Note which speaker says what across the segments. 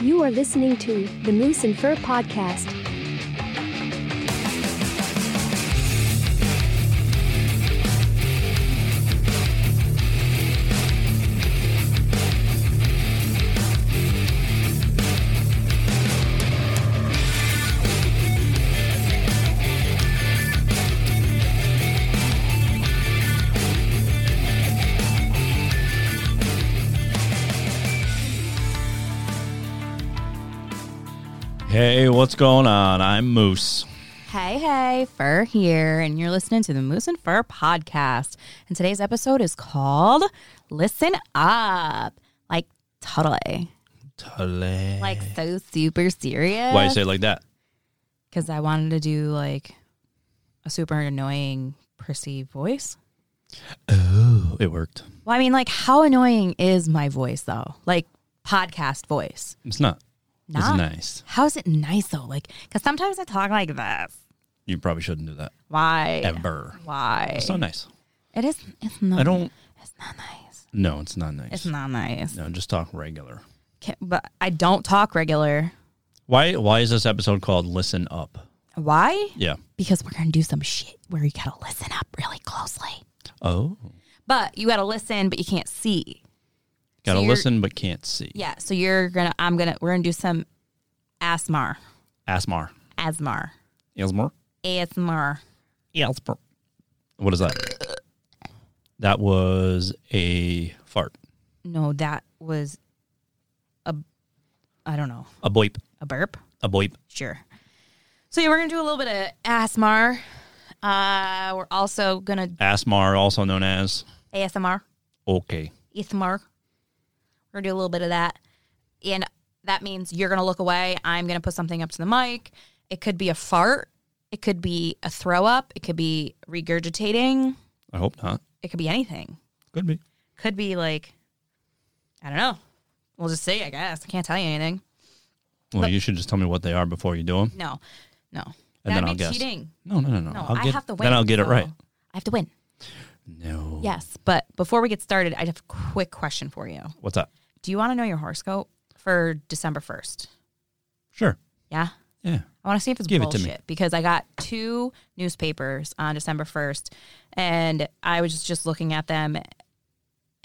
Speaker 1: You are listening to the Moose and Fur Podcast.
Speaker 2: Hey, what's going on? I'm Moose.
Speaker 3: Hey, hey, Fur here, and you're listening to the Moose and Fur podcast. And today's episode is called Listen Up. Like, totally.
Speaker 2: Totally.
Speaker 3: Like, so super serious.
Speaker 2: Why you say it like that?
Speaker 3: Because I wanted to do like a super annoying, prissy voice.
Speaker 2: Oh, it worked.
Speaker 3: Well, I mean, like, how annoying is my voice, though? Like, podcast voice.
Speaker 2: It's not.
Speaker 3: Nah.
Speaker 2: It's nice.
Speaker 3: How is it nice, though? Like, because sometimes I talk like this.
Speaker 2: You probably shouldn't do that
Speaker 3: Why?
Speaker 2: ever.
Speaker 3: Why?
Speaker 2: It's not nice.
Speaker 3: It is. It's not.
Speaker 2: I don't.
Speaker 3: It's not nice.
Speaker 2: No, it's not nice.
Speaker 3: Mm. It's not nice.
Speaker 2: No, just talk regular.
Speaker 3: Ca- but I don't talk regular.
Speaker 2: Why? Why is this episode called "Listen Up"?
Speaker 3: Why?
Speaker 2: Yeah.
Speaker 3: Because we're gonna do some shit where you gotta listen up really closely.
Speaker 2: Oh,
Speaker 3: But you gotta listen, but you can't see.
Speaker 2: gotta
Speaker 3: you're-
Speaker 2: listen but can't see.
Speaker 3: Yeah. So you're gonna. I'm gonna. We're gonna do some ASMR.
Speaker 2: Asmar.
Speaker 3: ASMR.
Speaker 2: Asmar.
Speaker 3: ASMR.
Speaker 2: Asmar. What is that? that was a fart.
Speaker 3: No, that was a. I don't know.
Speaker 2: A boip.
Speaker 3: A burp.
Speaker 2: A boip.
Speaker 3: Sure. So yeah, we're gonna do a little bit of ASMR. Uh, we're also gonna
Speaker 2: Asmar, also known as
Speaker 3: ASMR.
Speaker 2: okay.
Speaker 3: Ithmar. We're gonna do a little bit of that. And that means you're gonna look away. I'm gonna put something up to the mic. It could be a fart. It could be a throw up. It could be regurgitating.
Speaker 2: I hope not.
Speaker 3: It could be anything.
Speaker 2: Could be.
Speaker 3: Could be like I don't know. We'll just see, I guess. I can't tell you anything.
Speaker 2: Well, you should just tell me what they are before you do them.
Speaker 3: No. No.
Speaker 2: And then
Speaker 3: That'd
Speaker 2: I'll
Speaker 3: be
Speaker 2: guess.
Speaker 3: cheating.
Speaker 2: No, no, no, no.
Speaker 3: No,
Speaker 2: I'll
Speaker 3: I
Speaker 2: get,
Speaker 3: have to win.
Speaker 2: Then I'll get it
Speaker 3: so
Speaker 2: right.
Speaker 3: I have to win.
Speaker 2: No.
Speaker 3: Yes. But before we get started, I have a quick question for you.
Speaker 2: What's up?
Speaker 3: Do you want to know your horoscope for December first?
Speaker 2: Sure.
Speaker 3: Yeah?
Speaker 2: Yeah.
Speaker 3: I want to see if it's
Speaker 2: Give it to me.
Speaker 3: bullshit because I got two newspapers on December 1st and I was just looking at them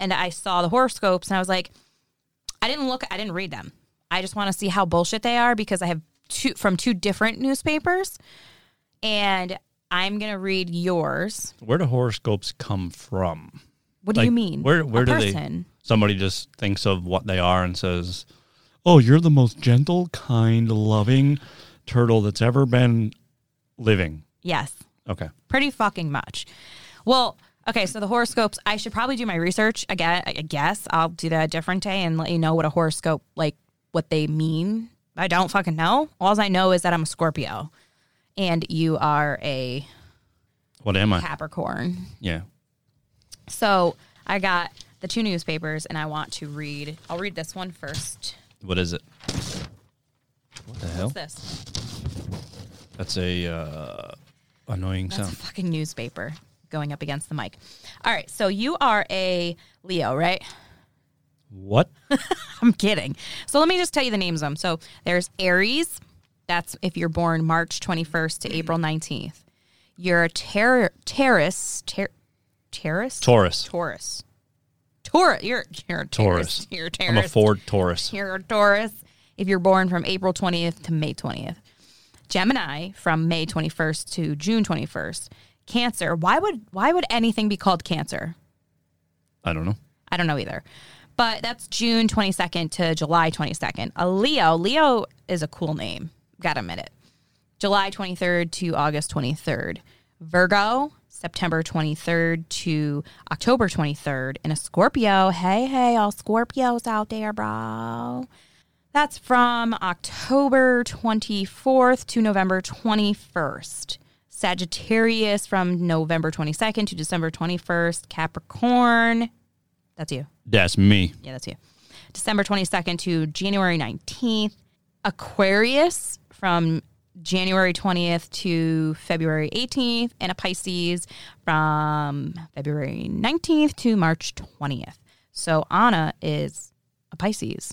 Speaker 3: and I saw the horoscopes and I was like, I didn't look, I didn't read them. I just want to see how bullshit they are because I have two from two different newspapers and I'm going to read yours.
Speaker 2: Where do horoscopes come from?
Speaker 3: What do
Speaker 2: Like,
Speaker 3: you mean?
Speaker 2: Where where
Speaker 3: A
Speaker 2: do
Speaker 3: person.
Speaker 2: they? Somebody just thinks of what they are and says, "Oh, you're the most gentle, kind, loving turtle that's ever been living."
Speaker 3: Yes.
Speaker 2: Okay.
Speaker 3: pretty fucking much. Well, okay, so the horoscopes, I should probably do my research again. I guess I'll do that a different day and let you know what a horoscope like what they mean. I don't fucking know. All I know is that I'm a Scorpio and you are a
Speaker 2: What am I?
Speaker 3: Capricorn.
Speaker 2: Yeah.
Speaker 3: So, I got the two newspapers and I want to read. I'll read this one first.
Speaker 2: What is it? What the hell?
Speaker 3: What's this?
Speaker 2: That's a uh, annoying
Speaker 3: That's a
Speaker 2: sound.
Speaker 3: fucking newspaper going up against the mic. All right, so you are a Leo, right?
Speaker 2: What?
Speaker 3: I'm kidding. So let me just tell you the names of them. So there's Aries. That's if you're born March 21st to April 19th. You're a ter- terrace. Ter- terrace?
Speaker 2: Taurus.
Speaker 3: Taurus. Taurus. You're, you're a
Speaker 2: Taurus.
Speaker 3: Taurus. You're a
Speaker 2: I'm a
Speaker 3: Taurus.
Speaker 2: Ford Taurus.
Speaker 3: You're a Taurus if you're born from April 20th to May 20th. Gemini from May 21st to June 21st. Cancer. Why would why would anything be called cancer?
Speaker 2: I don't know.
Speaker 3: I don't know either. But that's June 22nd to July 22nd. A Leo, Leo is a cool name. Gotta admit it. July 23rd to August 23rd. Virgo, September 23rd to October 23rd. And a Scorpio, hey, hey, all Scorpios out there, bro. That's from October 24th to November 21st. Sagittarius from November 22nd to December 21st. Capricorn, that's you.
Speaker 2: That's me.
Speaker 3: Yeah, that's you. December 22nd to January 19th. Aquarius from January 20th to February 18th. And a Pisces from February 19th to March 20th. So Anna is a Pisces,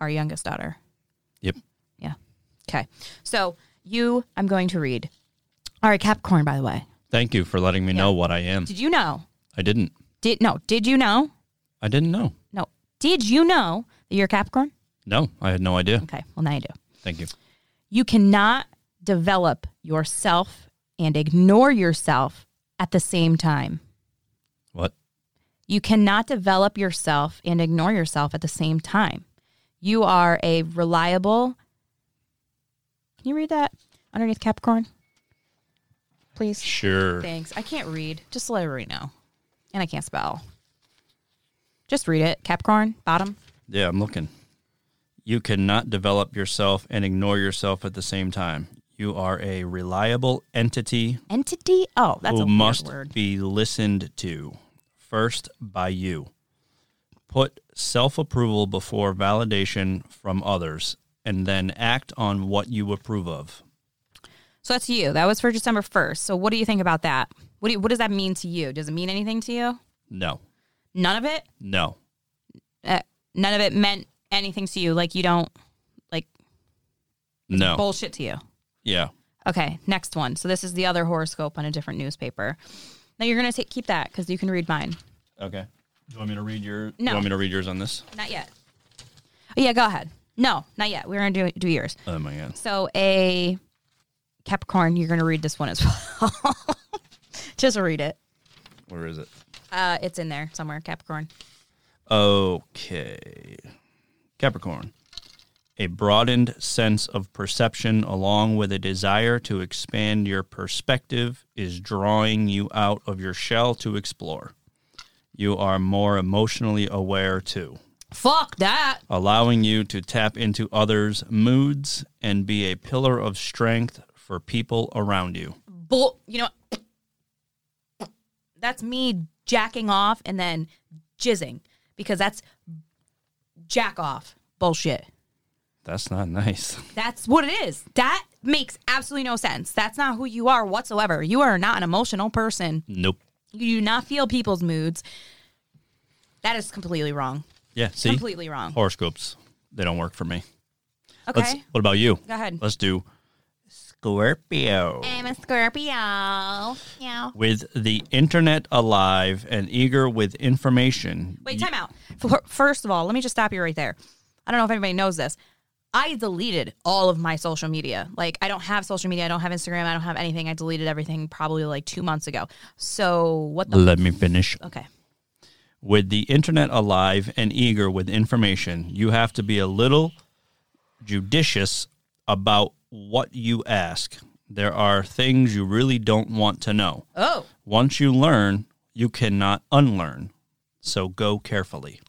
Speaker 3: our youngest daughter. Okay. So you, I'm going to read. All right, Capricorn, by the way.
Speaker 2: Thank you for letting me know what I am.
Speaker 3: Did you know?
Speaker 2: I didn't.
Speaker 3: Did no, did you know?
Speaker 2: I didn't know.
Speaker 3: No. Did you know that you're a Capricorn?
Speaker 2: No, I had no idea.
Speaker 3: Okay. Well now you do.
Speaker 2: Thank you.
Speaker 3: You cannot develop yourself and ignore yourself at the same time.
Speaker 2: What?
Speaker 3: You cannot develop yourself and ignore yourself at the same time. You are a reliable. Can you read that underneath Capricorn? Please.
Speaker 2: Sure.
Speaker 3: Thanks. I can't read. Just let everybody know. And I can't spell. Just read it. Capricorn, bottom.
Speaker 2: Yeah, I'm looking. You cannot develop yourself and ignore yourself at the same time. You are a reliable entity
Speaker 3: Entity. Oh, that's a
Speaker 2: who
Speaker 3: weird
Speaker 2: must
Speaker 3: word.
Speaker 2: be listened to first by you. Put self approval before validation from others and then act on what you approve of.
Speaker 3: So that's you. That was for December 1st. So what do you think about that? What, do you, what does that mean to you? Does it mean anything to you?
Speaker 2: No,
Speaker 3: None of it?
Speaker 2: no,
Speaker 3: Uh, none of it meant anything to you. Like you don't, like
Speaker 2: no.
Speaker 3: bullshit to you.
Speaker 2: Yeah.
Speaker 3: Okay, next one. So this is the other horoscope on a different newspaper. Now you're gonna take, keep that because you can read mine.
Speaker 2: Okay. Do you want me to read your?
Speaker 3: No.
Speaker 2: You want me to read yours on this?
Speaker 3: Not yet. Oh, yeah, go ahead. No, not yet. We're gonna do do yours.
Speaker 2: Oh my god.
Speaker 3: So a Capricorn, you're gonna read this one as well. Just read it.
Speaker 2: Where is it?
Speaker 3: Uh, it's in there somewhere. Capricorn.
Speaker 2: Okay. Capricorn. A broadened sense of perception, along with a desire to expand your perspective, is drawing you out of your shell to explore. You are more emotionally aware too,
Speaker 3: Fuck that.
Speaker 2: allowing you to tap into others' moods and be a pillar of strength for people around you.
Speaker 3: Bull. You know, that's me jacking off and then jizzing because that's jack off bullshit.
Speaker 2: That's not nice.
Speaker 3: That's what it is. That makes absolutely no sense. That's not who you are whatsoever. You are not an emotional person.
Speaker 2: Nope.
Speaker 3: You do not feel people's moods. That is completely wrong.
Speaker 2: Yeah. See.
Speaker 3: Completely wrong.
Speaker 2: horoscopes they don't work for me
Speaker 3: Okay.
Speaker 2: let's what about you
Speaker 3: Go ahead.
Speaker 2: let's do scorpio
Speaker 3: I'm a Scorpio. Yeah.
Speaker 2: with the internet alive and eager with information
Speaker 3: Wait, time out. F- First of all, let me just stop you right there. I don't know if anybody knows this. I deleted all of my social media. Like, I don't have social media. I don't have Instagram. I don't have anything. I deleted everything probably like two months ago. So, what the?
Speaker 2: let me finish
Speaker 3: okay.
Speaker 2: with the internet alive and eager with information you have to be a little judicious about what you ask there are things you really don't want to know
Speaker 3: Oh.
Speaker 2: once you learn you cannot unlearn so go carefully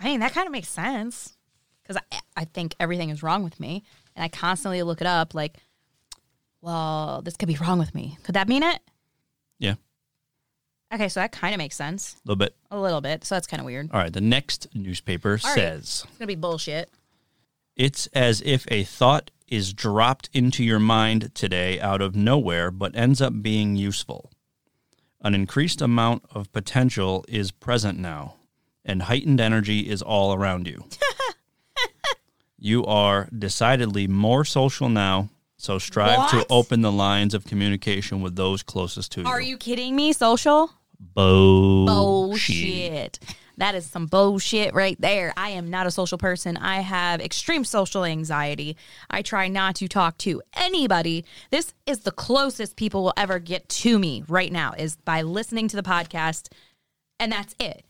Speaker 3: I mean, that kind of makes sense because I, I think everything is wrong with me. And I constantly look it up like, well, this could be wrong with me. Could that mean it?
Speaker 2: yeah a
Speaker 3: Okay, so that kind of makes sense
Speaker 2: little bit
Speaker 3: a little bit. So that's kind of weird.
Speaker 2: All right, the next newspaper
Speaker 3: right.
Speaker 2: says
Speaker 3: It's going to be bullshit.
Speaker 2: it's as if a thought is dropped into your mind today out of nowhere, but ends up being useful. An increased amount of potential is present now, and heightened energy is all around you. you are decidedly more social now, so strive
Speaker 3: What?
Speaker 2: to open the lines of communication with those closest to
Speaker 3: Are you kidding me? Social?
Speaker 2: Bullshit.
Speaker 3: Bullshit. That is some bullshit right there. I am not a social person. I have extreme social anxiety. I try not to talk to anybody. This is the closest people will ever get to me right now is by listening to the podcast and that's it.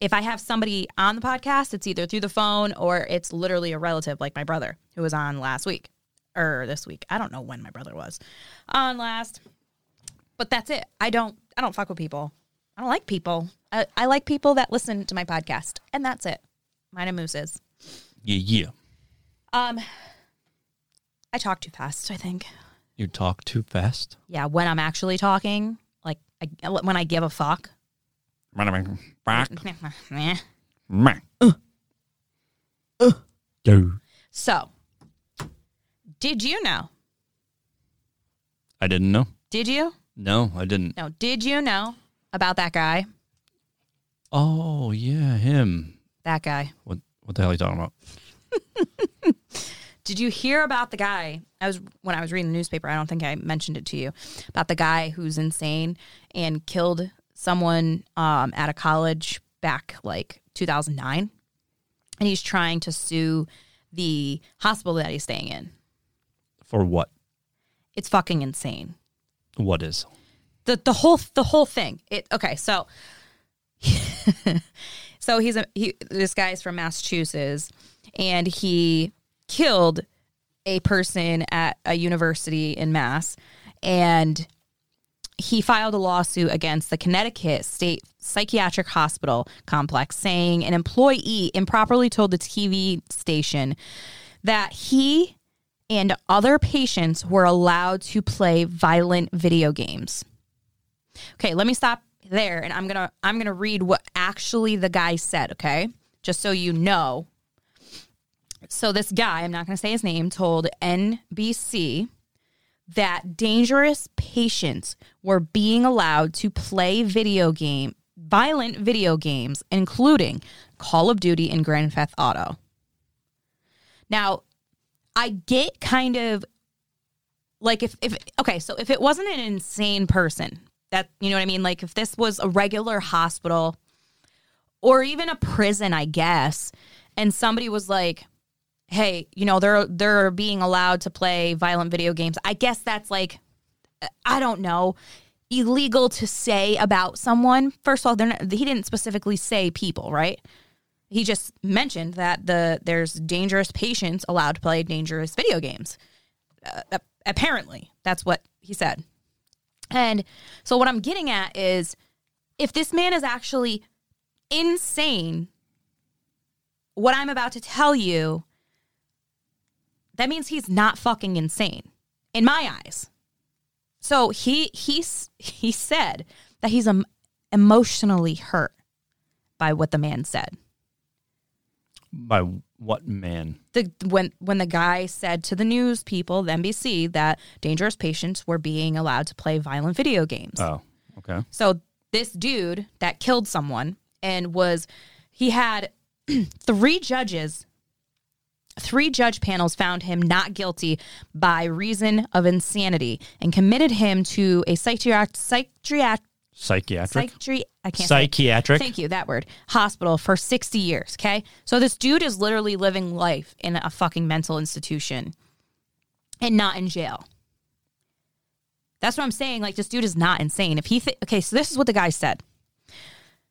Speaker 3: If I have somebody on the podcast, it's either through the phone or it's literally a relative, like my brother who was on last week or this week. I don't know when my brother was on last, but that's it. I don't, I don't fuck with people. I don't like people. I, I like people that listen to my podcast, and that's it. Mine and Moose's.
Speaker 2: Yeah, yeah.
Speaker 3: Um, I talk too fast. I think.
Speaker 2: You talk too fast.
Speaker 3: Yeah, when I'm actually talking, like I, when I give a fuck. Uh. So, did you know?
Speaker 2: I didn't know.
Speaker 3: Did you?
Speaker 2: No, I didn't.
Speaker 3: No, did you know about that guy?
Speaker 2: Oh yeah, him.
Speaker 3: That guy.
Speaker 2: What what the hell are you talking about?
Speaker 3: Did you hear about the guy? I was when I was reading the newspaper. I don't think I mentioned it to you about the guy who's insane and killed someone um, at a college back like 2009, and he's trying to sue the hospital that he's staying in.
Speaker 2: For what?
Speaker 3: It's fucking insane.
Speaker 2: What is?
Speaker 3: the the whole the whole thing. It okay, so so he's a he this guy's from Massachusetts and he killed a person at a university in Mass and he filed a lawsuit against the Connecticut State Psychiatric Hospital complex saying an employee improperly told the TV station that he and other patients were allowed to play violent video games. Okay, let me stop there and I'm going to I'm going to read what actually the guy said, okay? Just so you know. So this guy, I'm not going to say his name, told NBC that dangerous patients were being allowed to play video game violent video games including Call of Duty and Grand Theft Auto. Now, I get kind of like if if okay, so if it wasn't an insane person, that you know what I mean, like if this was a regular hospital or even a prison, I guess, and somebody was like, "Hey, you know, they're they're being allowed to play violent video games." I guess that's like I don't know, illegal to say about someone. First of all, they're not, he didn't specifically say people, right? He just mentioned that the there's dangerous patients allowed to play dangerous video games. Uh, ap- apparently, that's what he said. And so what I'm getting at is if this man is actually insane, what I'm about to tell you, that means he's not fucking insane in my eyes. So he he's he said that he's um, emotionally hurt by what the man said.
Speaker 2: By what man?
Speaker 3: The when when the guy said to the news people, the NBC, that dangerous patients were being allowed to play violent video games.
Speaker 2: Oh, okay.
Speaker 3: So this dude that killed someone and was he had three judges three judge panels found him not guilty by reason of insanity and committed him to a psychiatric psychiatric
Speaker 2: Psychiatric?
Speaker 3: psychiatry I can't say it.
Speaker 2: Psychiatric?
Speaker 3: Thank you, that word. Hospital for 60 years, okay? So this dude is literally living life in a fucking mental institution and not in jail. That's what I'm saying. Like, this dude is not insane. If he, th- okay, so this is what the guy said.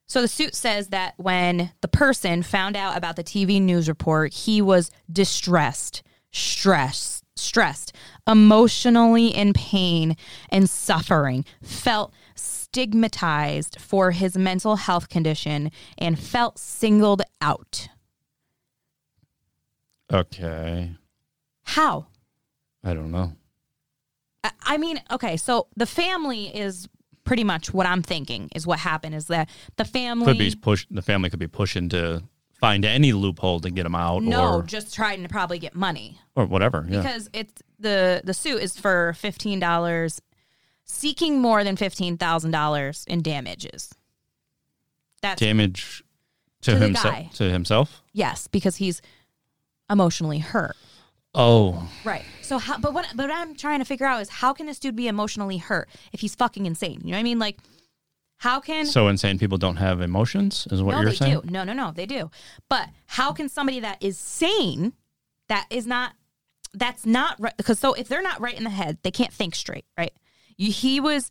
Speaker 3: So the suit says that when the person found out about the TV news report, he was distressed, stressed, stressed, emotionally in pain and suffering, felt stigmatized for his mental health condition and felt singled out.
Speaker 2: Okay.
Speaker 3: How?
Speaker 2: I don't know.
Speaker 3: I- I mean, okay, so the family is pretty much what I'm thinking is what happened is that the family
Speaker 2: Could be push. The family could be pushing to find any loophole to get him out,
Speaker 3: no,
Speaker 2: or
Speaker 3: just trying to probably get money.
Speaker 2: or whatever. Yeah.
Speaker 3: because it's the the suit is for fifteen dollars, seeking more than fifteen thousand dollars in damages. That's
Speaker 2: Damage to,
Speaker 3: To the guy.
Speaker 2: himself. To himself.
Speaker 3: yes, because he's emotionally hurt.
Speaker 2: Oh,
Speaker 3: Right. So, how, but what but what I'm trying to figure out is how can this dude be emotionally hurt if he's fucking insane? You know what I mean? Like, how can
Speaker 2: so insane people don't have emotions is what
Speaker 3: no,
Speaker 2: you're
Speaker 3: they
Speaker 2: saying.
Speaker 3: do. No, no, no, they do. But how can somebody that is sane, that is not, that's not right? Because so if they're not right in the head, they can't think straight, right? You, he was,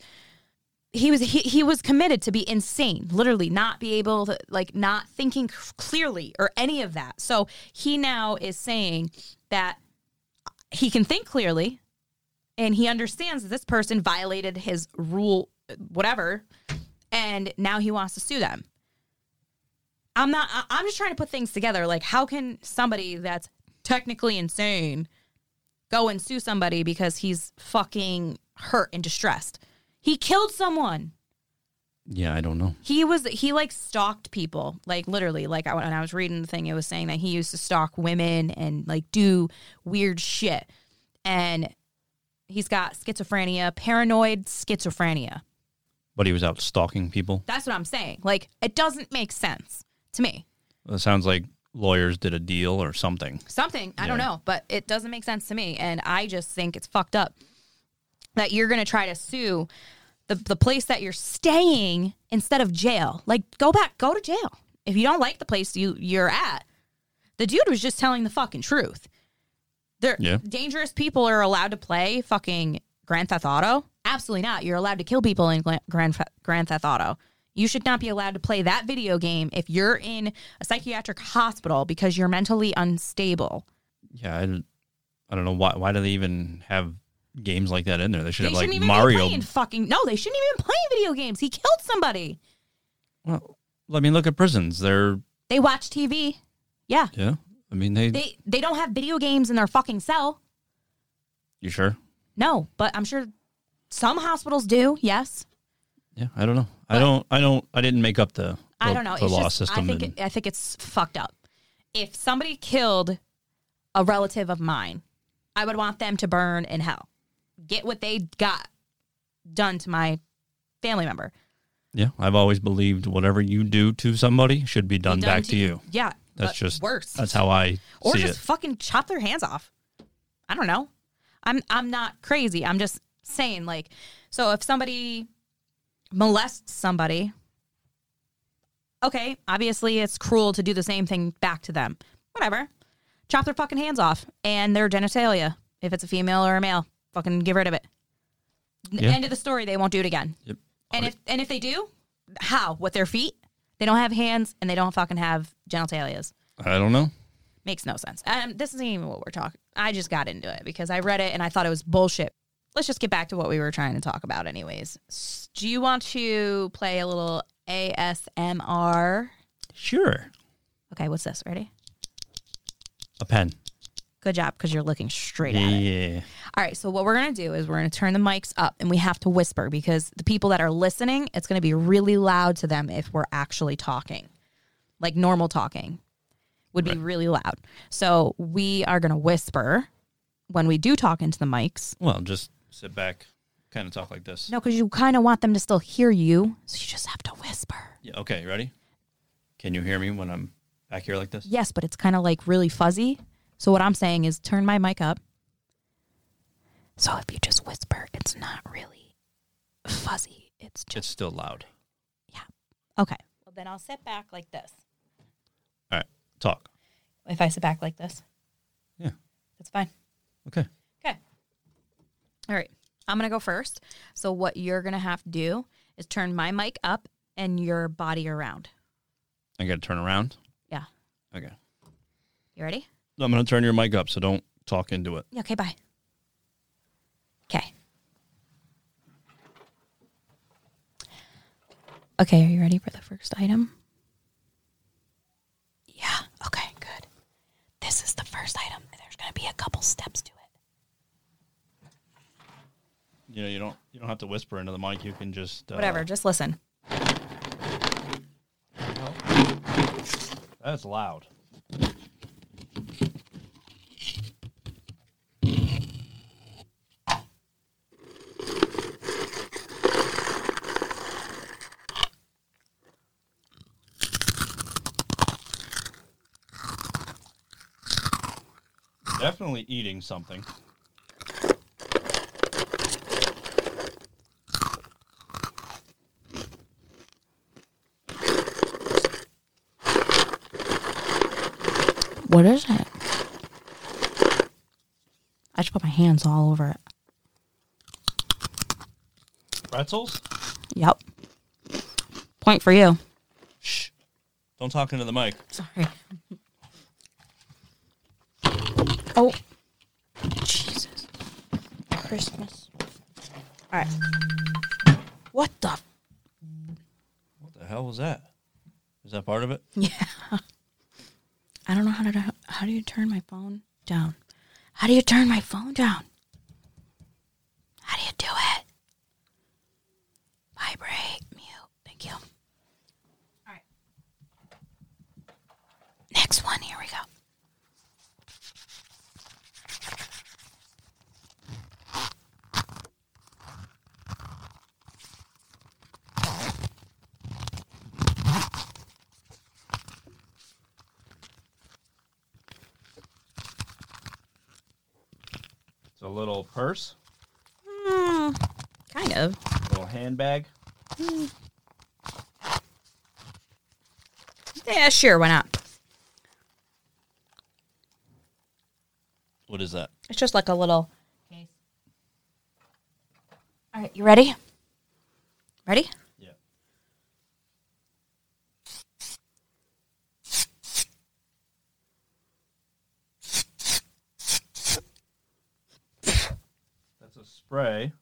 Speaker 3: he was, he, he was committed to be insane, literally not be able to, like, not thinking c- clearly or any of that. So he now is saying that he can think clearly and he understands that this person violated his rule, whatever, and now he wants to sue them. I'm not. I- I'm just trying to put things together. Like, how can somebody that's technically insane go and sue somebody because he's fucking hurt and distressed? He killed someone.
Speaker 2: Yeah, I don't know.
Speaker 3: He was he like stalked people, like literally. Like I, when I was reading the thing, it was saying that he used to stalk women and like do weird shit. And he's got schizophrenia, paranoid schizophrenia.
Speaker 2: But he was out stalking people.
Speaker 3: That's what I'm saying. Like it doesn't make sense to me.
Speaker 2: It sounds like lawyers did a deal or something.
Speaker 3: something. I don't know, but it doesn't make sense to me. And I just think it's fucked up that you're going to try to sue the, the place that you're staying instead of jail. Like, go back, go to jail. If you don't like the place you, you're at, the dude was just telling the fucking truth. They're,
Speaker 2: Yeah.
Speaker 3: Dangerous people are allowed to play fucking Grand Theft Auto. Absolutely not. You're allowed to kill people in Gla- Grand, Fe- Grand Theft Auto. You should not be allowed to play that video game if you're in a psychiatric hospital because you're mentally unstable.
Speaker 2: Yeah, I, don't- I don't know why. Why do they even have games like that in there? They should
Speaker 3: They
Speaker 2: have
Speaker 3: shouldn't
Speaker 2: like
Speaker 3: even be
Speaker 2: Mario.
Speaker 3: playing fucking. No, they shouldn't even play video games. He killed somebody.
Speaker 2: Well, I mean, look at prisons. They're
Speaker 3: They watch TV. Yeah.
Speaker 2: yeah. I mean, they.
Speaker 3: They they don't have video games in their fucking cell.
Speaker 2: you sure?
Speaker 3: No, but I'm sure some hospitals do. Yes.
Speaker 2: Yeah, I don't know. I don't. I don't. I didn't make up the.
Speaker 3: I
Speaker 2: the-
Speaker 3: don't know.
Speaker 2: The
Speaker 3: it's
Speaker 2: law
Speaker 3: just,
Speaker 2: system.
Speaker 3: I think
Speaker 2: and-
Speaker 3: it, I think it's fucked up. If somebody killed a relative of mine, I would want them to burn in hell. Get what they got done to my family member.
Speaker 2: yeah, I've always believed whatever you do to somebody should be done,
Speaker 3: Done
Speaker 2: back to you.
Speaker 3: Yeah.
Speaker 2: That's
Speaker 3: but
Speaker 2: just
Speaker 3: worse.
Speaker 2: That's how I
Speaker 3: or
Speaker 2: see
Speaker 3: just
Speaker 2: it.
Speaker 3: fucking chop their hands off. I don't know. I'm I'm not crazy. I'm just saying like so if somebody molests somebody okay, obviously it's cruel to do the same thing back to them. Whatever. Chop their fucking hands off and their genitalia if it's a female or a male. Fucking get rid of it. N-
Speaker 2: Yeah.
Speaker 3: End of the story. They won't do it again.
Speaker 2: Yep.
Speaker 3: And if and if they do, how? With their feet? They don't have hands and they don't fucking have genitalias
Speaker 2: I don't know.
Speaker 3: makes no sense. Um, this isn't even what we're talking. I just got into it because I read it and I thought it was bullshit. Let's just get back to what we were trying to talk about, anyways. S- Do you want to play a little ASMR?
Speaker 2: Sure.
Speaker 3: Okay, what's this? Ready?
Speaker 2: A pen.
Speaker 3: Good job because you're looking straight at it.
Speaker 2: Yeah.
Speaker 3: All right, so what we're gonna do is we're gonna turn the mics up and we have to whisper because the people that are listening, it's gonna be really loud to them if we're actually talking. Like normal talking would be really loud. So we are gonna whisper when we do talk into the mics.
Speaker 2: Well, just sit back, kind of talk like this.
Speaker 3: No, because you kind of want them to still hear you, so you just have to whisper.
Speaker 2: Yeah. Okay. Ready? Can you hear me when I'm back here like this?
Speaker 3: Yes, but it's kind of like really fuzzy. So what I'm saying is turn my mic up. So if you just whisper, it's not really fuzzy. It's just
Speaker 2: It's still loud.
Speaker 3: Okay. Well, then I'll sit back like this.
Speaker 2: All right. Talk.
Speaker 3: If I sit back like this,
Speaker 2: Yeah.
Speaker 3: that's fine.
Speaker 2: Okay.
Speaker 3: Okay. All right. I'm going to go first. So, what you're going to have to do is turn my mic up and your body around.
Speaker 2: I got to turn around.
Speaker 3: Yeah.
Speaker 2: Okay.
Speaker 3: You ready?
Speaker 2: I'm going to turn your mic up, so don't talk into it.
Speaker 3: Yeah, Okay. Bye. Okay. Okay. Are you ready for the first item? Yeah. Okay. Good. This is the first item. There's going to be a couple steps to it.
Speaker 2: You know, you don't you don't have to whisper into the mic. You can just uh,
Speaker 3: Whatever, just listen.
Speaker 2: That's loud. Definitely eating something.
Speaker 3: What is it? I just put my hands all over it.
Speaker 2: Pretzels?
Speaker 3: Yep. Point for you.
Speaker 2: Shh. Don't talk into the mic.
Speaker 3: Sorry. Oh. Jesus. Christmas. All right. What the? F-
Speaker 2: What the hell was that? Is that part of it?
Speaker 3: I don't know how to. do- How do you turn my phone down? How do you turn my phone down? How do you do it? Vibrate, mute. Thank you. All right. Next one. Here we go.
Speaker 2: little purse,
Speaker 3: Hmm. Kind of.
Speaker 2: little handbag.
Speaker 3: Yeah, sure. Why not?
Speaker 2: What is that?
Speaker 3: It's just like a little case. All right, you ready? Ready?
Speaker 2: Yeah. That's a spray.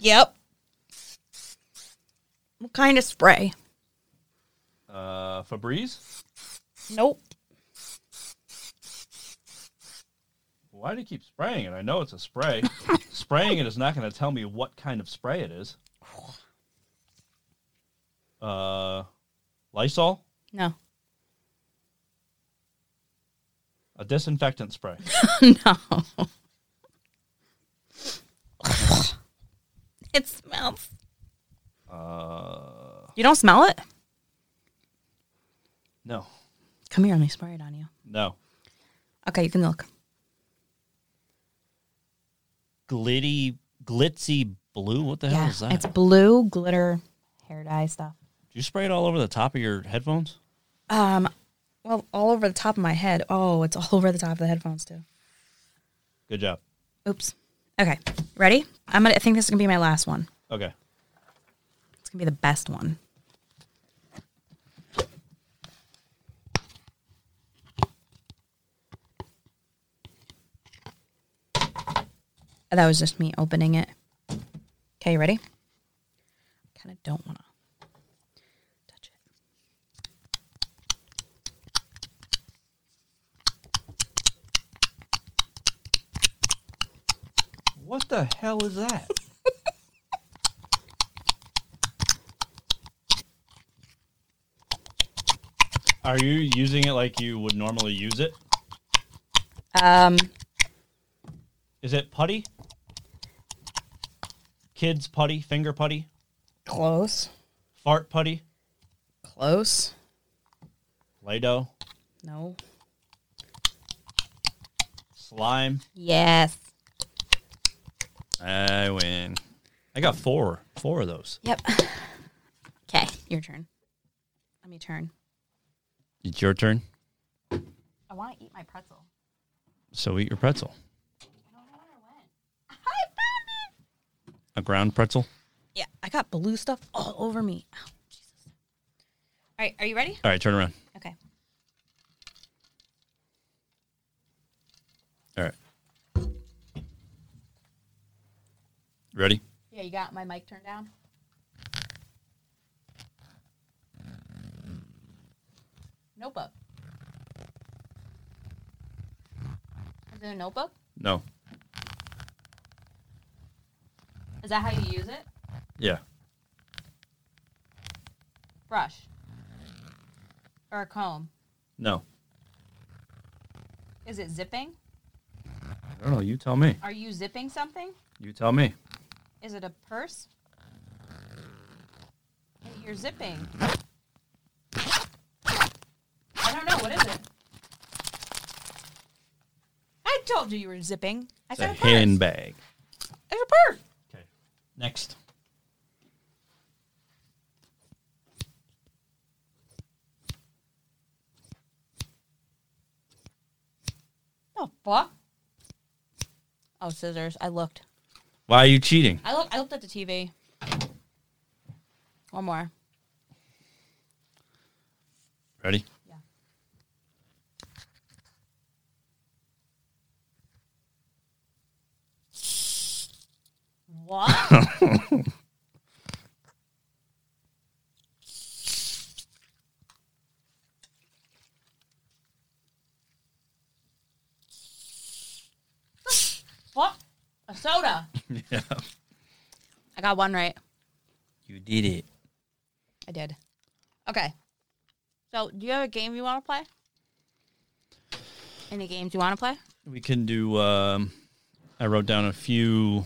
Speaker 3: Yep. What kind of spray?
Speaker 2: Uh, Febreze.
Speaker 3: Nope.
Speaker 2: Why do you keep spraying it? I know it's a spray. spraying it is not going to tell me what kind of spray it is. Uh, Lysol,
Speaker 3: No.
Speaker 2: a disinfectant spray.
Speaker 3: no. it smells.
Speaker 2: Uh,
Speaker 3: You don't smell it?
Speaker 2: no,
Speaker 3: Come here, let me spray it on you.
Speaker 2: no.
Speaker 3: Okay, you can look.
Speaker 2: Glitty, glitzy blue. What the hell is that?
Speaker 3: it's blue glitter hair dye stuff.
Speaker 2: Do you spray it all over the top of your headphones?
Speaker 3: Um, well, all over the top of my head. Oh, it's all over the top of the headphones too.
Speaker 2: Good job.
Speaker 3: Oops. Okay, ready? I'm gonna. I think this is gonna be my last one.
Speaker 2: Okay.
Speaker 3: It's gonna be the best one. That was just me opening it. Okay, you ready? Kind of don't want to touch it.
Speaker 2: What the hell is that? Are you using it like you would normally use it?
Speaker 3: Um,
Speaker 2: Is it putty? Kids putty, finger putty,
Speaker 3: close,
Speaker 2: fart putty,
Speaker 3: close.
Speaker 2: Lay-Doh,
Speaker 3: No.
Speaker 2: slime.
Speaker 3: Yes.
Speaker 2: I win. I got four, four of those.
Speaker 3: Yep. Okay, your turn. Let me turn.
Speaker 2: It's your turn.
Speaker 3: I want to eat my pretzel.
Speaker 2: So eat your pretzel.
Speaker 3: I don't know where it went. I found it.
Speaker 2: A ground pretzel.
Speaker 3: Yeah, I got blue stuff all over me. Oh, Jesus. All right, are you ready?
Speaker 2: All right, turn around.
Speaker 3: Okay.
Speaker 2: All right. Ready?
Speaker 3: Yeah, you got my mic turned down. Notebook. Is it a notebook?
Speaker 2: No.
Speaker 3: Is that how you use it?
Speaker 2: Yeah.
Speaker 3: Brush. Or a comb.
Speaker 2: No.
Speaker 3: Is it zipping?
Speaker 2: I don't know. You tell me.
Speaker 3: Are you zipping something?
Speaker 2: You tell me.
Speaker 3: Is it a purse? Hey, You're zipping. I don't know. What is it? I told you you were zipping. I said a, purse.
Speaker 2: handbag.
Speaker 3: It's a purse.
Speaker 2: Okay. Next.
Speaker 3: The fuck? Oh, scissors. I looked.
Speaker 2: Why are you cheating?
Speaker 3: I looked. I looked at the TV. One more.
Speaker 2: Ready?
Speaker 3: Yeah. What? what? A soda.
Speaker 2: Yeah.
Speaker 3: I got one right.
Speaker 2: You did it.
Speaker 3: I did. Okay. So, do you have a game you want to play? Any games you want to play?
Speaker 2: We can do. Um, I wrote down a few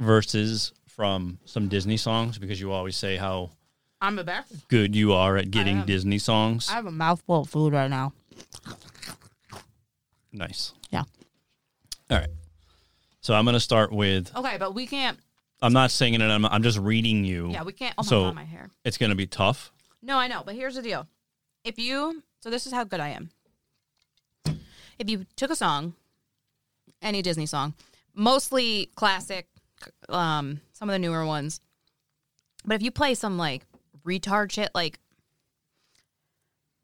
Speaker 2: verses from some Disney songs because you always say how
Speaker 3: I'm the best.
Speaker 2: good you are at getting Disney songs.
Speaker 3: I have a mouthful of food right now.
Speaker 2: nice.
Speaker 3: Yeah.
Speaker 2: All right. So I'm going to start with
Speaker 3: Okay, but we can't.
Speaker 2: I'm not singing it. I'm, I'm just reading you.
Speaker 3: Yeah, we can't. Oh my
Speaker 2: So-
Speaker 3: god, my hair.
Speaker 2: It's going to be tough.
Speaker 3: No, I know, but here's the deal. If you, so this is how good I am. If you took a song, any Disney song, mostly classic, um, some of the newer ones, but if you play some like retard shit, like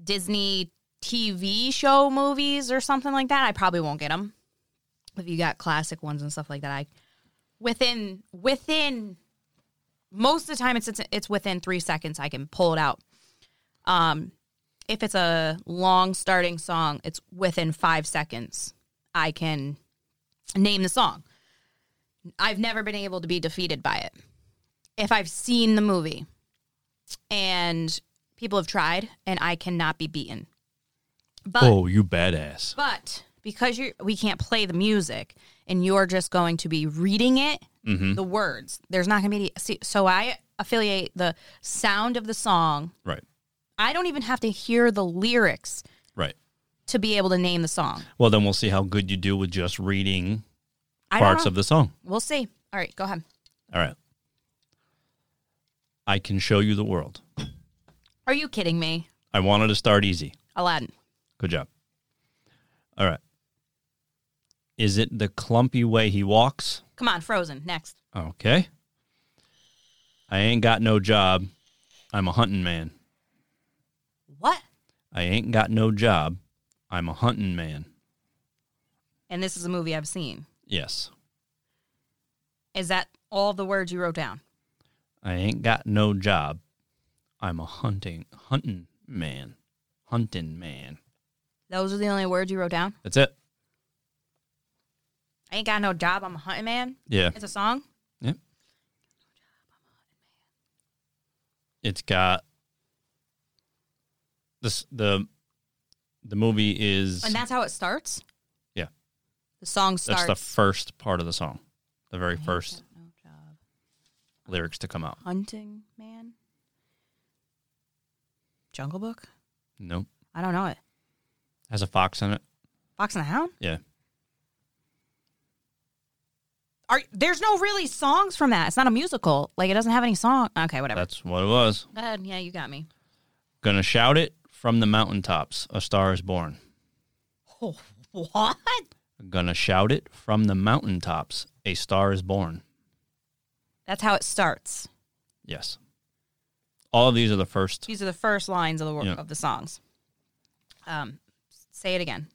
Speaker 3: Disney TV show movies or something like that, I probably won't get them. If you got classic ones and stuff like that, I within within most of the time it's it's, it's within three seconds I can pull it out. Um, if it's a long starting song, it's within five seconds I can name the song. I've never been able to be defeated by it. If I've seen the movie and people have tried, and I cannot be beaten. But
Speaker 2: oh, you badass.
Speaker 3: but because you we can't play the music and you're just going to be reading it,
Speaker 2: Mm-hmm.
Speaker 3: the words. There's not going to be see, so I affiliate the sound of the song.
Speaker 2: Right.
Speaker 3: I don't even have to hear the lyrics
Speaker 2: Right.
Speaker 3: to be able to name the song.
Speaker 2: Well, then we'll see how good you do with just reading
Speaker 3: I don't
Speaker 2: parts
Speaker 3: know.
Speaker 2: of the song.
Speaker 3: We'll see. All right, go ahead.
Speaker 2: All right. I can show you the world.
Speaker 3: Are you kidding me?
Speaker 2: I wanted to start easy.
Speaker 3: Aladdin.
Speaker 2: Good job. All right. Is it the clumpy way he walks?
Speaker 3: Come on, Frozen. Next.
Speaker 2: Okay. I ain't got no job. I'm a hunting man.
Speaker 3: What?
Speaker 2: I ain't got no job. I'm a hunting man.
Speaker 3: And this is a movie I've seen.
Speaker 2: Yes.
Speaker 3: Is that all the words you wrote down?
Speaker 2: I ain't got no job. I'm a hunting hunting man. Hunting man.
Speaker 3: Those are the only words you wrote down?
Speaker 2: That's it.
Speaker 3: I ain't got no job. I'm a hunting man.
Speaker 2: Yeah.
Speaker 3: It's a song.
Speaker 2: Yeah. It's got this the the movie is
Speaker 3: And that's how it starts?
Speaker 2: yeah.
Speaker 3: The song starts.
Speaker 2: That's the first part of the song. The very first
Speaker 3: No job.
Speaker 2: lyrics to come out.
Speaker 3: Hunting man. Jungle Book?
Speaker 2: Nope.
Speaker 3: I don't know it.
Speaker 2: Has a fox in it.
Speaker 3: Fox and the Hound?
Speaker 2: Yeah.
Speaker 3: Are there's no really songs from that. It's not a musical. Like it doesn't have any song. Okay, whatever.
Speaker 2: That's what it was.
Speaker 3: Go ahead. Yeah, you got me.
Speaker 2: Gonna shout it from the mountaintops. A star is born.
Speaker 3: Oh, what?
Speaker 2: Gonna shout it from the mountaintops. A star is born.
Speaker 3: That's how it starts.
Speaker 2: Yes. All of these are the first.
Speaker 3: These are the first lines of the wor-
Speaker 2: Yeah.
Speaker 3: of the songs. Um, say it again.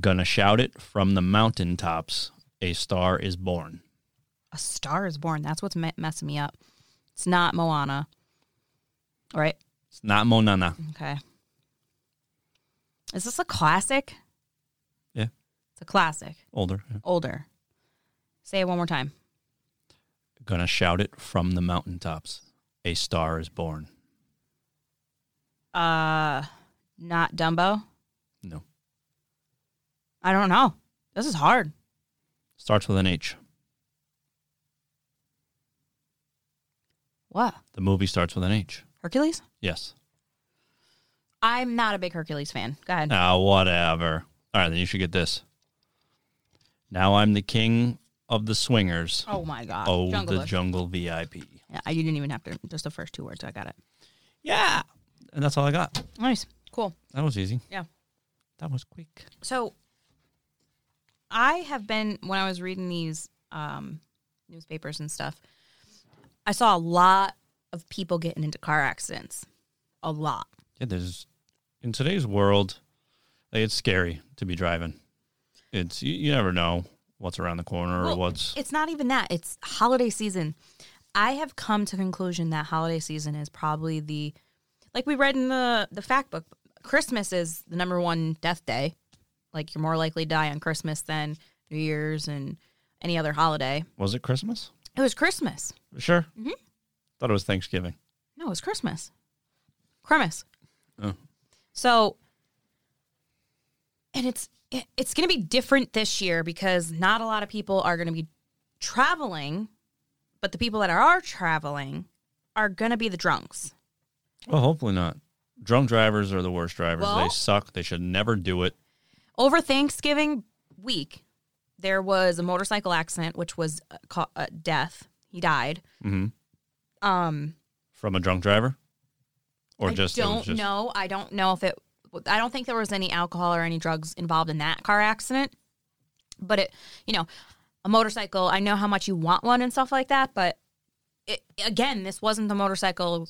Speaker 2: Gonna shout it from the mountaintops. A star is born.
Speaker 3: A Star Is Born. That's what's me- messing me up. It's not Moana. All right.
Speaker 2: It's not Monana.
Speaker 3: Okay. Is this a classic?
Speaker 2: Yeah.
Speaker 3: It's a classic.
Speaker 2: Older. yeah.
Speaker 3: Older. Say it one more time.
Speaker 2: Gonna shout it from the mountaintops. A star is born.
Speaker 3: Uh, not Dumbo.
Speaker 2: No.
Speaker 3: I don't know. This is hard.
Speaker 2: Starts with an H.
Speaker 3: What?
Speaker 2: The movie starts with an H.
Speaker 3: Hercules?
Speaker 2: Yes.
Speaker 3: I'm not a big Hercules fan. Go ahead.
Speaker 2: Ah, whatever. All right, then you should get this. Now I'm the king of the swingers.
Speaker 3: Oh my god.
Speaker 2: Oh,
Speaker 3: Jungle
Speaker 2: the
Speaker 3: Book.
Speaker 2: jungle VIP.
Speaker 3: yeah, I- you didn't even have to. Just the first two words. I got it.
Speaker 2: Yeah. And that's all I got.
Speaker 3: Nice. Cool.
Speaker 2: That was easy.
Speaker 3: Yeah.
Speaker 2: That was quick.
Speaker 3: So I have been when I was reading these um, newspapers and stuff, I saw a lot of people getting into car accidents. A lot.
Speaker 2: Yeah, there's in today's world, like, it's scary to be driving. It's you, you never know what's around the corner or
Speaker 3: Well,
Speaker 2: what's
Speaker 3: It's not even that. It's holiday season. I have come to conclusion that holiday season is probably the like we read in the the fact book. Christmas is the number one death day. Like you're more likely to die on Christmas than New Year's and any other holiday.
Speaker 2: was it Christmas?
Speaker 3: It was Christmas.
Speaker 2: Sure. Mm-hmm. Thought it was Thanksgiving.
Speaker 3: No, it was Christmas. Christmas.
Speaker 2: Oh.
Speaker 3: So, and it's it- it's going to be different this year because not a lot of people are going to be traveling, but the people that are traveling are going to be the drunks.
Speaker 2: Well, hopefully not. Drunk drivers are the worst drivers. they
Speaker 3: Well-
Speaker 2: suck. They should never do it.
Speaker 3: Over Thanksgiving week, there was a motorcycle accident, which was uh, ca- uh, death. He died. Um,
Speaker 2: From a drunk driver? Or
Speaker 3: I
Speaker 2: just it was
Speaker 3: don't
Speaker 2: just-
Speaker 3: know. I don't know if it. I don't think there was any alcohol or any drugs involved in that car accident. But it, you know, a motorcycle. I know how much you want one and stuff like that. But it, again, this wasn't the motorcycle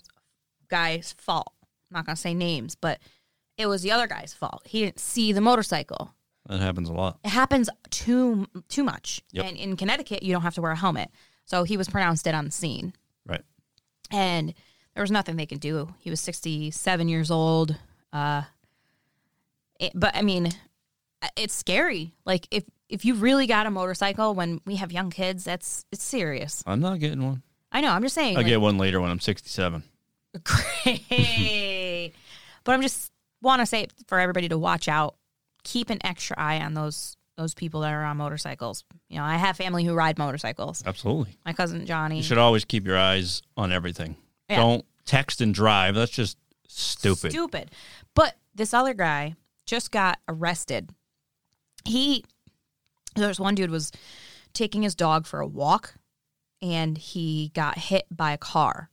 Speaker 3: guy's fault. I'm not gonna say names, but it was the other guy's fault. He didn't see the motorcycle.
Speaker 2: That happens a lot.
Speaker 3: It happens too too much.
Speaker 2: Yep.
Speaker 3: And in Connecticut, you don't have to wear a helmet. So he was pronounced dead on the scene
Speaker 2: Right.
Speaker 3: and there was nothing they could do. He was 67 years old. Uh, it- but I mean, it's scary. Like if if you really got a motorcycle when we have young kids, that's it's serious.
Speaker 2: I'm not getting one.
Speaker 3: I know. I'm just saying.
Speaker 2: I'll
Speaker 3: like,
Speaker 2: get one later when I'm 67.
Speaker 3: great. but I'm just want to say for everybody to watch out, keep an extra eye on those those people that are on motorcycles. You know, I have family who ride motorcycles.
Speaker 2: Absolutely.
Speaker 3: My cousin Johnny.
Speaker 2: You should always keep your eyes on everything.
Speaker 3: Yeah.
Speaker 2: Don't text and drive. That's just stupid.
Speaker 3: Stupid. But this other guy just got arrested. He there's one dude was taking his dog for a walk and he got hit by a car.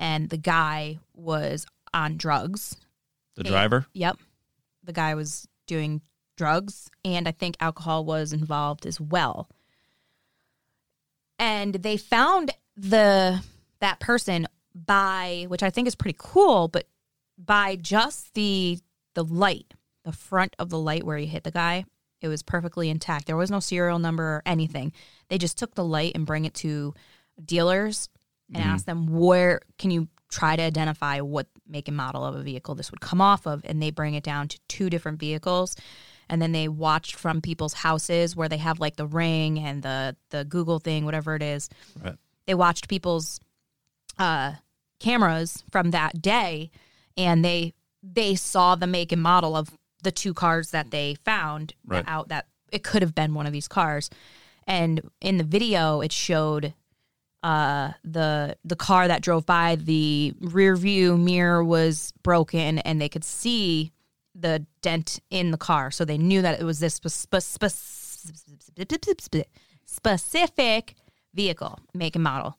Speaker 3: And the guy was on drugs.
Speaker 2: the driver?
Speaker 3: Yep. The guy was doing drugs and I think alcohol was involved as well. And they found the that person by which I think is pretty cool, but by just the the light, the front of the light where he hit the guy, it was perfectly intact. There was no serial number or anything. They just took the light and bring it to dealers and ask them where can you try to identify what make and model of a vehicle this would come off of and they bring it down to two different vehicles and then they watch from people's houses where they have like the ring and the the google thing whatever it is
Speaker 2: Right.
Speaker 3: they watched people's uh, cameras from that day and they they saw the make and model of the two cars that they found
Speaker 2: Right.
Speaker 3: out that it could have been one of these cars and in the video it showed uh the the car that drove by the rear view mirror was broken and they could see the dent in the car so they knew that it was this spe- spe- spe- specific vehicle make and model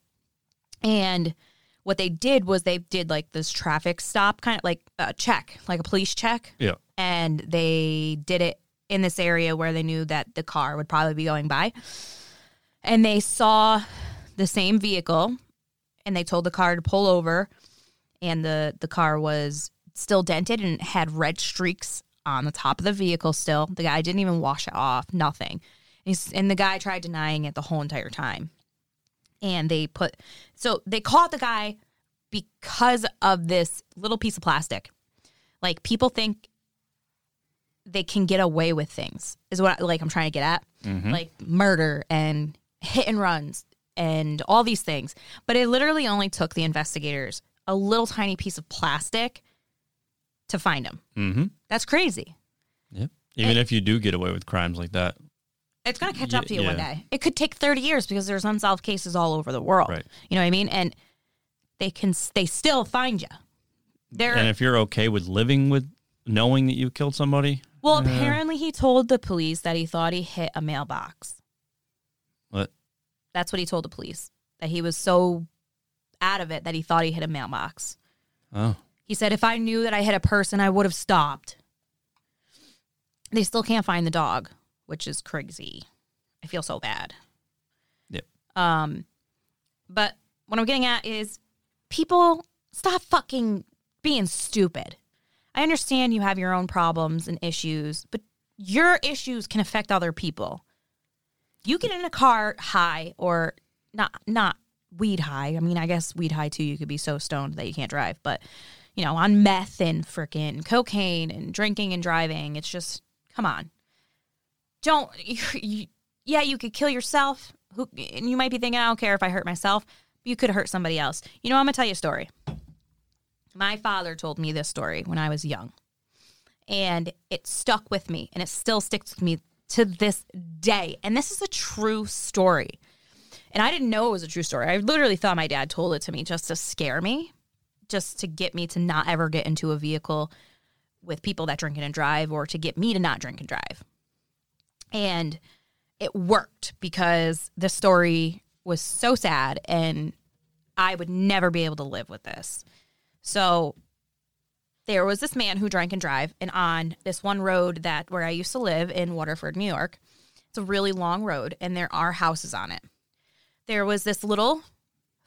Speaker 3: and what they did was they did like this traffic stop kind of like a check like a police check
Speaker 2: Yeah.
Speaker 3: and they did it in this area where they knew that the car would probably be going by. And they saw the same vehicle and they told the car to pull over and the the car was still dented and it had red streaks on the top of the vehicle still. The guy didn't even wash it off, nothing. He's, and the guy tried denying it the whole entire time. And they put so they caught the guy because of this little piece of plastic. Like people think they can get away with things is what like I'm trying to get at,
Speaker 2: Mm-hmm.
Speaker 3: like murder and hit and runs and all these things. But it literally only took the investigators a little tiny piece of plastic to find him.
Speaker 2: Mm-hmm.
Speaker 3: That's crazy.
Speaker 2: Yeah. Even if you do get away with crimes like that.
Speaker 3: It's gonna catch
Speaker 2: Ye-
Speaker 3: up to you one
Speaker 2: yeah.
Speaker 3: day. It could take 30 years because there's unsolved cases all over the world.
Speaker 2: Right.
Speaker 3: You know what I mean? And they can s- they still find you. They're
Speaker 2: And if you're okay with living with knowing that you killed somebody,
Speaker 3: well. Apparently, he told the police that he thought he hit a mailbox.
Speaker 2: what?
Speaker 3: That's what he told the police that he was so out of it that he thought he hit a mailbox.
Speaker 2: Oh.
Speaker 3: He said, "If I knew that I hit a person, I would have stopped." They still can't find the dog, which is crazy. I feel so bad.
Speaker 2: Yep.
Speaker 3: Um, but what I'm getting at is people stop fucking being stupid. I understand you have your own problems and issues, but your issues can affect other people. You get in a car high or not not weed high. I mean, I guess weed high too. You could be so stoned that you can't drive, but you know, on meth and freaking cocaine and drinking and driving. It's just come on. Don't you, you, yeah, you could kill yourself. Who and you might be thinking, I don't care if I hurt myself. You could hurt somebody else. You know, I'm gonna tell you a story. My father told me this story when I was young, and it stuck with me, and it still sticks with me to this day. And this is a true story. And I didn't know it was a true story. I literally thought my dad told it to me just to scare me, just to get me to not ever get into a vehicle with people that drink and drive, or to get me to not drink and drive. And it worked because the story was so sad and I would never be able to live with this. So there was this man who drank and drive and on this one road that where I used to live in Waterford, New York. It's a really long road and there are houses on it. There was this little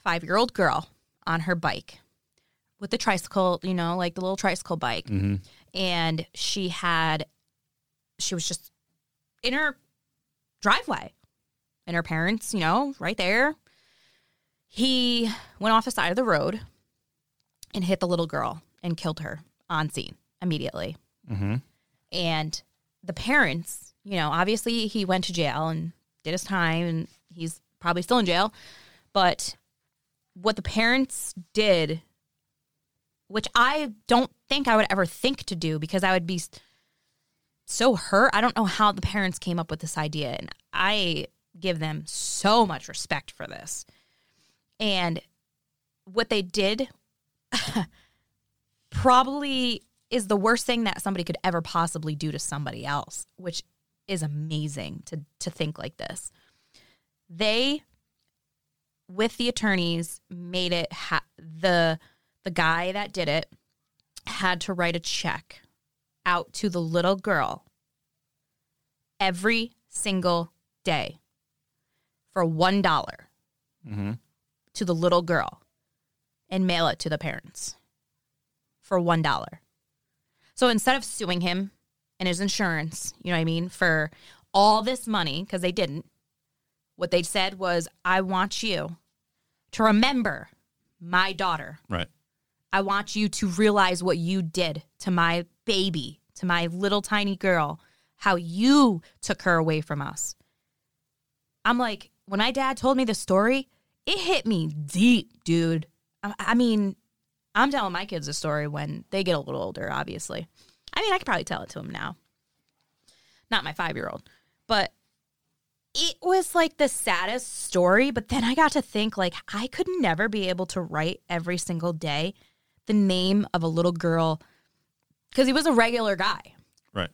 Speaker 3: 5-year-old girl on her bike with the tricycle, you know, like the little tricycle bike. And she had she was just in her driveway and her parents, you know, right there. He went off the side of the road and hit the little girl and killed her on scene immediately.
Speaker 2: Mhm.
Speaker 3: And the parents, you know, obviously he went to jail and did his time and he's probably still in jail. But what the parents did, which I don't think I would ever think to do because I would be so hurt. I don't know how the parents came up with this idea, and I give them so much respect for this. And what they did probably is the worst thing that somebody could ever possibly do to somebody else, which is amazing to to think like this. They with the attorneys made it ha- the the guy that did it had to write a check out to the little girl every single day for one
Speaker 2: Mhm.
Speaker 3: to the little girl and mail it to the parents for one dollar. So instead of suing him and his insurance, you know what I mean, for all this money because they didn't, what they said was, "I want you to remember my daughter."
Speaker 2: Right.
Speaker 3: I want you to realize what you did to my baby, to my little tiny girl, how you took her away from us. I'm like, when my dad told me the story, it hit me deep, dude. I, I mean, I'm telling my kids the story when they get a little older, obviously. I mean, I could probably tell it to them now. Not my five year old, but it was like the saddest story. But then I got to think, like, I could never be able to write every single day the name of a little girl because he was a regular guy.
Speaker 2: Right.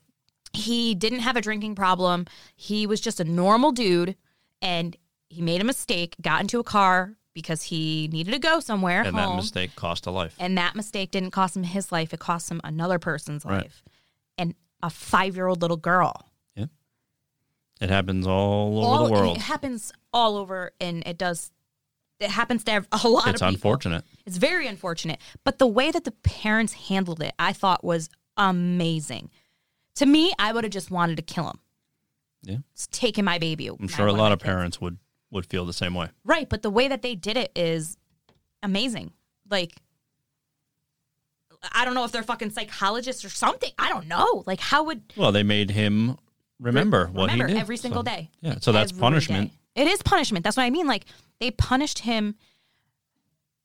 Speaker 3: He didn't have a drinking problem. He was just a normal dude and he made a mistake, got into a car because he needed to go somewhere
Speaker 2: And that
Speaker 3: home.
Speaker 2: mistake cost a life.
Speaker 3: And that mistake didn't cost him his life, it cost him another person's
Speaker 2: Right.
Speaker 3: life. And a five year old little girl.
Speaker 2: It happens all over the
Speaker 3: All- and
Speaker 2: world.
Speaker 3: It happens all over and it does it happens to ev- a lot
Speaker 2: It's
Speaker 3: of people.
Speaker 2: unfortunate.
Speaker 3: It's very unfortunate. But the way that the parents handled it, I thought was amazing. To me, I would have just wanted to kill him.
Speaker 2: Yeah.
Speaker 3: It's taking my baby.
Speaker 2: I'm sure a lot of parents would would feel the same way.
Speaker 3: Right, but the way that they did it is amazing. Like I don't know if they're fucking psychologists or something. I don't know. Like how would
Speaker 2: Well, they made him remember what
Speaker 3: remember
Speaker 2: he did
Speaker 3: every single
Speaker 2: so-
Speaker 3: day.
Speaker 2: Yeah, so that's
Speaker 3: Every
Speaker 2: punishment.
Speaker 3: day. It is punishment. That's what I mean. Like they punished him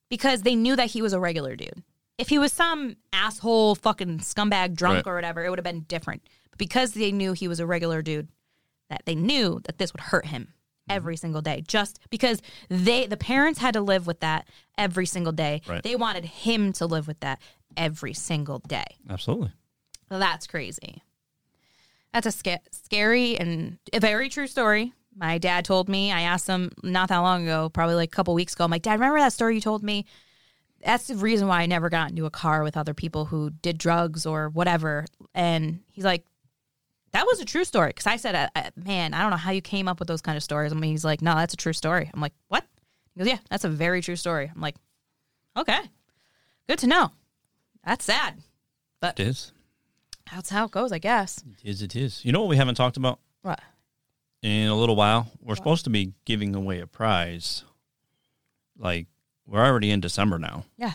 Speaker 3: because they knew that he was a regular dude. If he was some asshole, fucking scumbag, drunk
Speaker 2: Right.
Speaker 3: or whatever, it would have been different. But because they knew he was a regular dude, that they knew that this would hurt him
Speaker 2: Mm-hmm.
Speaker 3: every single day. Just because they, the parents, had to live with that every single day.
Speaker 2: Right.
Speaker 3: They wanted him to live with that every single day.
Speaker 2: Absolutely.
Speaker 3: Well, That's crazy. That's a sca- scary and a very true story. My dad told me, I asked him not that long ago, probably like a couple weeks ago. I'm like, Dad, remember that story you told me? That's the reason why I never got into a car with other people who did drugs or whatever. And he's like, that was a true story. Cause I said, I, I- man, I don't know how you came up with those kind of stories. I mean, he's like, no, that's a true story. I'm like, what? He goes, yeah, that's a very true story. I'm like, okay, good to know. That's sad.
Speaker 2: It is.
Speaker 3: That's how it goes, I guess.
Speaker 2: It is. It is. You know what we haven't talked about
Speaker 3: What?
Speaker 2: in a little while? We're supposed to be giving away a prize. Like we're already in December now.
Speaker 3: Yeah.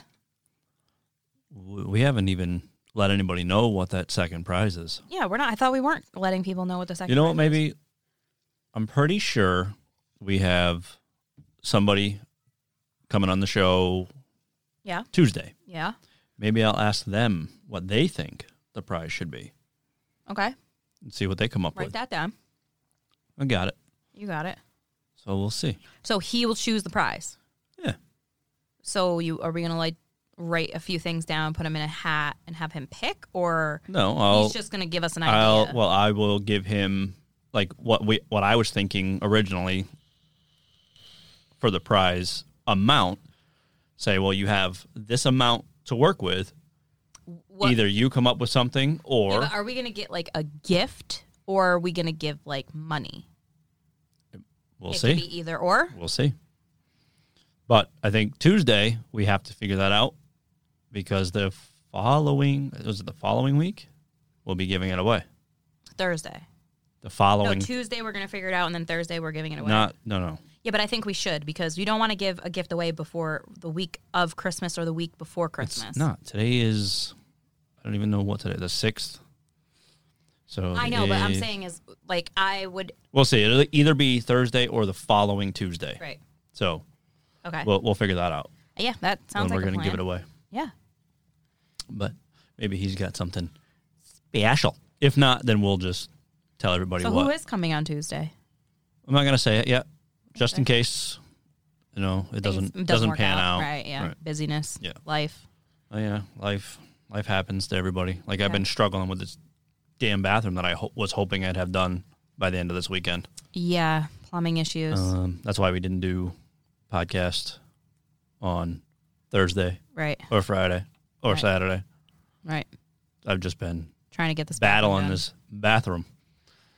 Speaker 2: W- We haven't even let anybody know what that second prize is.
Speaker 3: Yeah, we're not. I thought we weren't letting people know what the second.
Speaker 2: You know what?
Speaker 3: round is.
Speaker 2: Maybe I'm pretty sure we have somebody coming on the show
Speaker 3: Yeah.
Speaker 2: Tuesday.
Speaker 3: Yeah.
Speaker 2: Maybe I'll ask them what they think the prize should be
Speaker 3: Okay.
Speaker 2: and see what they come up
Speaker 3: Write
Speaker 2: with.
Speaker 3: that down.
Speaker 2: I got it.
Speaker 3: You got it.
Speaker 2: So we'll see.
Speaker 3: So he will choose the prize.
Speaker 2: Yeah.
Speaker 3: So you are we gonna like write a few things down, put him in a hat, and have him pick, or
Speaker 2: No, I'll
Speaker 3: he's just gonna give us an idea?
Speaker 2: I'll well I will give him like what we what I was thinking originally for the prize amount. Say, well, you have this amount to work with.
Speaker 3: What-
Speaker 2: Either you come up with something, or
Speaker 3: Yeah, but are we going to get like a gift or are we going to give like money?
Speaker 2: we'll
Speaker 3: it
Speaker 2: see.
Speaker 3: could be either or.
Speaker 2: We'll see. But I think Tuesday we have to figure that out because the following was it the following week we'll be giving it away.
Speaker 3: Thursday.
Speaker 2: The
Speaker 3: No,
Speaker 2: following
Speaker 3: Tuesday we're going to figure it out and then Thursday we're giving it away.
Speaker 2: not no no.
Speaker 3: Yeah, but I think we should because you don't want to give a gift away before the week of Christmas or the week before
Speaker 2: It's
Speaker 3: Christmas.
Speaker 2: not. Today is I don't even know what today the sixth. So
Speaker 3: I know, but I'm
Speaker 2: the-
Speaker 3: saying is like I would
Speaker 2: we'll see. It'll either be Thursday or the following Tuesday.
Speaker 3: right.
Speaker 2: So
Speaker 3: Okay.
Speaker 2: we'll we'll figure that out
Speaker 3: yeah, that sounds
Speaker 2: when
Speaker 3: like
Speaker 2: we're
Speaker 3: a
Speaker 2: gonna
Speaker 3: plan.
Speaker 2: give it away.
Speaker 3: Yeah.
Speaker 2: But maybe he's got something special. If not, then we'll just tell everybody
Speaker 3: So
Speaker 2: what.
Speaker 3: who is coming on Tuesday?
Speaker 2: I'm not gonna say it yet, just in case. You know, it doesn't
Speaker 3: Things-
Speaker 2: doesn't, pan out.
Speaker 3: Right, yeah. Busyness.
Speaker 2: Yeah.
Speaker 3: Life.
Speaker 2: Oh, yeah, life life happens to everybody. Like I've
Speaker 3: Yeah.
Speaker 2: been struggling with this damn bathroom that I ho- was hoping I'd have done by the end of this weekend.
Speaker 3: Yeah. Plumbing issues.
Speaker 2: Um, that's why we didn't do podcast on Thursday
Speaker 3: right.
Speaker 2: or Friday or
Speaker 3: Right.
Speaker 2: Saturday.
Speaker 3: Right.
Speaker 2: I've just been
Speaker 3: Trying to get this
Speaker 2: battling
Speaker 3: done.
Speaker 2: this bathroom.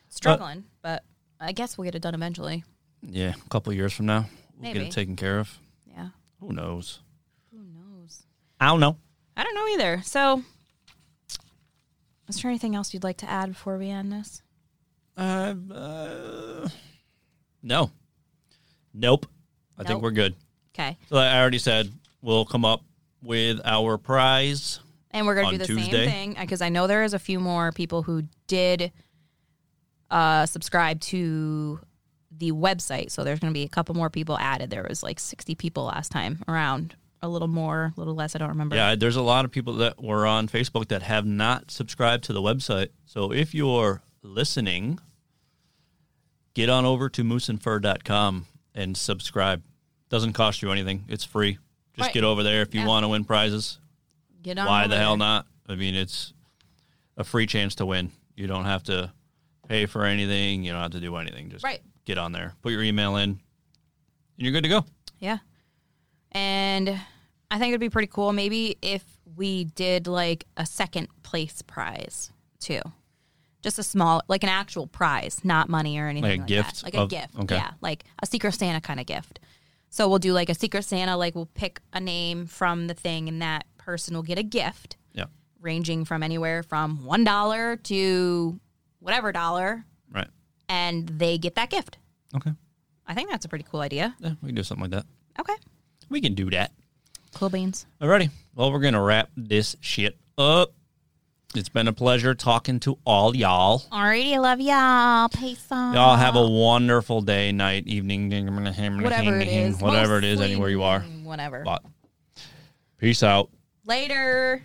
Speaker 3: struggling, but I guess we'll get it done eventually.
Speaker 2: Yeah, a couple years from now, we'll get
Speaker 3: Maybe.
Speaker 2: it taken care of.
Speaker 3: Yeah.
Speaker 2: Who knows?
Speaker 3: Who knows?
Speaker 2: I don't know.
Speaker 3: I don't know either. So, is there anything else you'd like to add before we end this?
Speaker 2: Uh, uh, no. Nope. I think
Speaker 3: Nope.
Speaker 2: we're good.
Speaker 3: Okay.
Speaker 2: So like I already said we'll come up with our prize.
Speaker 3: And we're going
Speaker 2: On
Speaker 3: to do the
Speaker 2: Tuesday?
Speaker 3: same thing because I know there is a few more people who did uh, subscribe to the website. So, there's going to be a couple more people added. There was like 60 people last time around, a little more, a little less. I don't remember.
Speaker 2: Yeah, there's a lot of people that were on Facebook that have not subscribed to the website. So if you're listening, get on over to mooseandfur.com and subscribe. Doesn't cost you anything. It's free. Just
Speaker 3: Right.
Speaker 2: get over there if you
Speaker 3: Yeah.
Speaker 2: want to win prizes.
Speaker 3: Get on
Speaker 2: Why
Speaker 3: over
Speaker 2: the hell
Speaker 3: there.
Speaker 2: not? I mean, it's a free chance to win. You don't have to pay for anything. You don't have to do anything. Just
Speaker 3: Right.
Speaker 2: get on there, put your email in, and you're good to go.
Speaker 3: Yeah. And I think it'd be pretty cool maybe if we did like a second place prize too. Just a small, like an actual prize, not money or anything.
Speaker 2: Like
Speaker 3: Like
Speaker 2: a
Speaker 3: That.
Speaker 2: gift
Speaker 3: Like
Speaker 2: of-
Speaker 3: a gift.
Speaker 2: okay.
Speaker 3: Yeah. Like a Secret Santa kind of gift. So we'll do like a Secret Santa, like we'll pick a name from the thing and that person will get a gift
Speaker 2: Yeah.
Speaker 3: ranging from anywhere from $1 to whatever dollar
Speaker 2: Right.
Speaker 3: and they get that gift.
Speaker 2: Okay.
Speaker 3: I think that's a pretty cool idea.
Speaker 2: Yeah, we can do something like that.
Speaker 3: Okay.
Speaker 2: We can do that.
Speaker 3: Cool beans.
Speaker 2: Alrighty. Well, we're gonna wrap this shit up. It's been a pleasure talking to all y'all.
Speaker 3: Alrighty, love y'all. Peace out.
Speaker 2: Y'all have a wonderful day, night, evening, whatever
Speaker 3: whatever it is.
Speaker 2: whatever it is,
Speaker 3: Mostly
Speaker 2: anywhere you are.
Speaker 3: Whatever.
Speaker 2: But peace out.
Speaker 3: Later.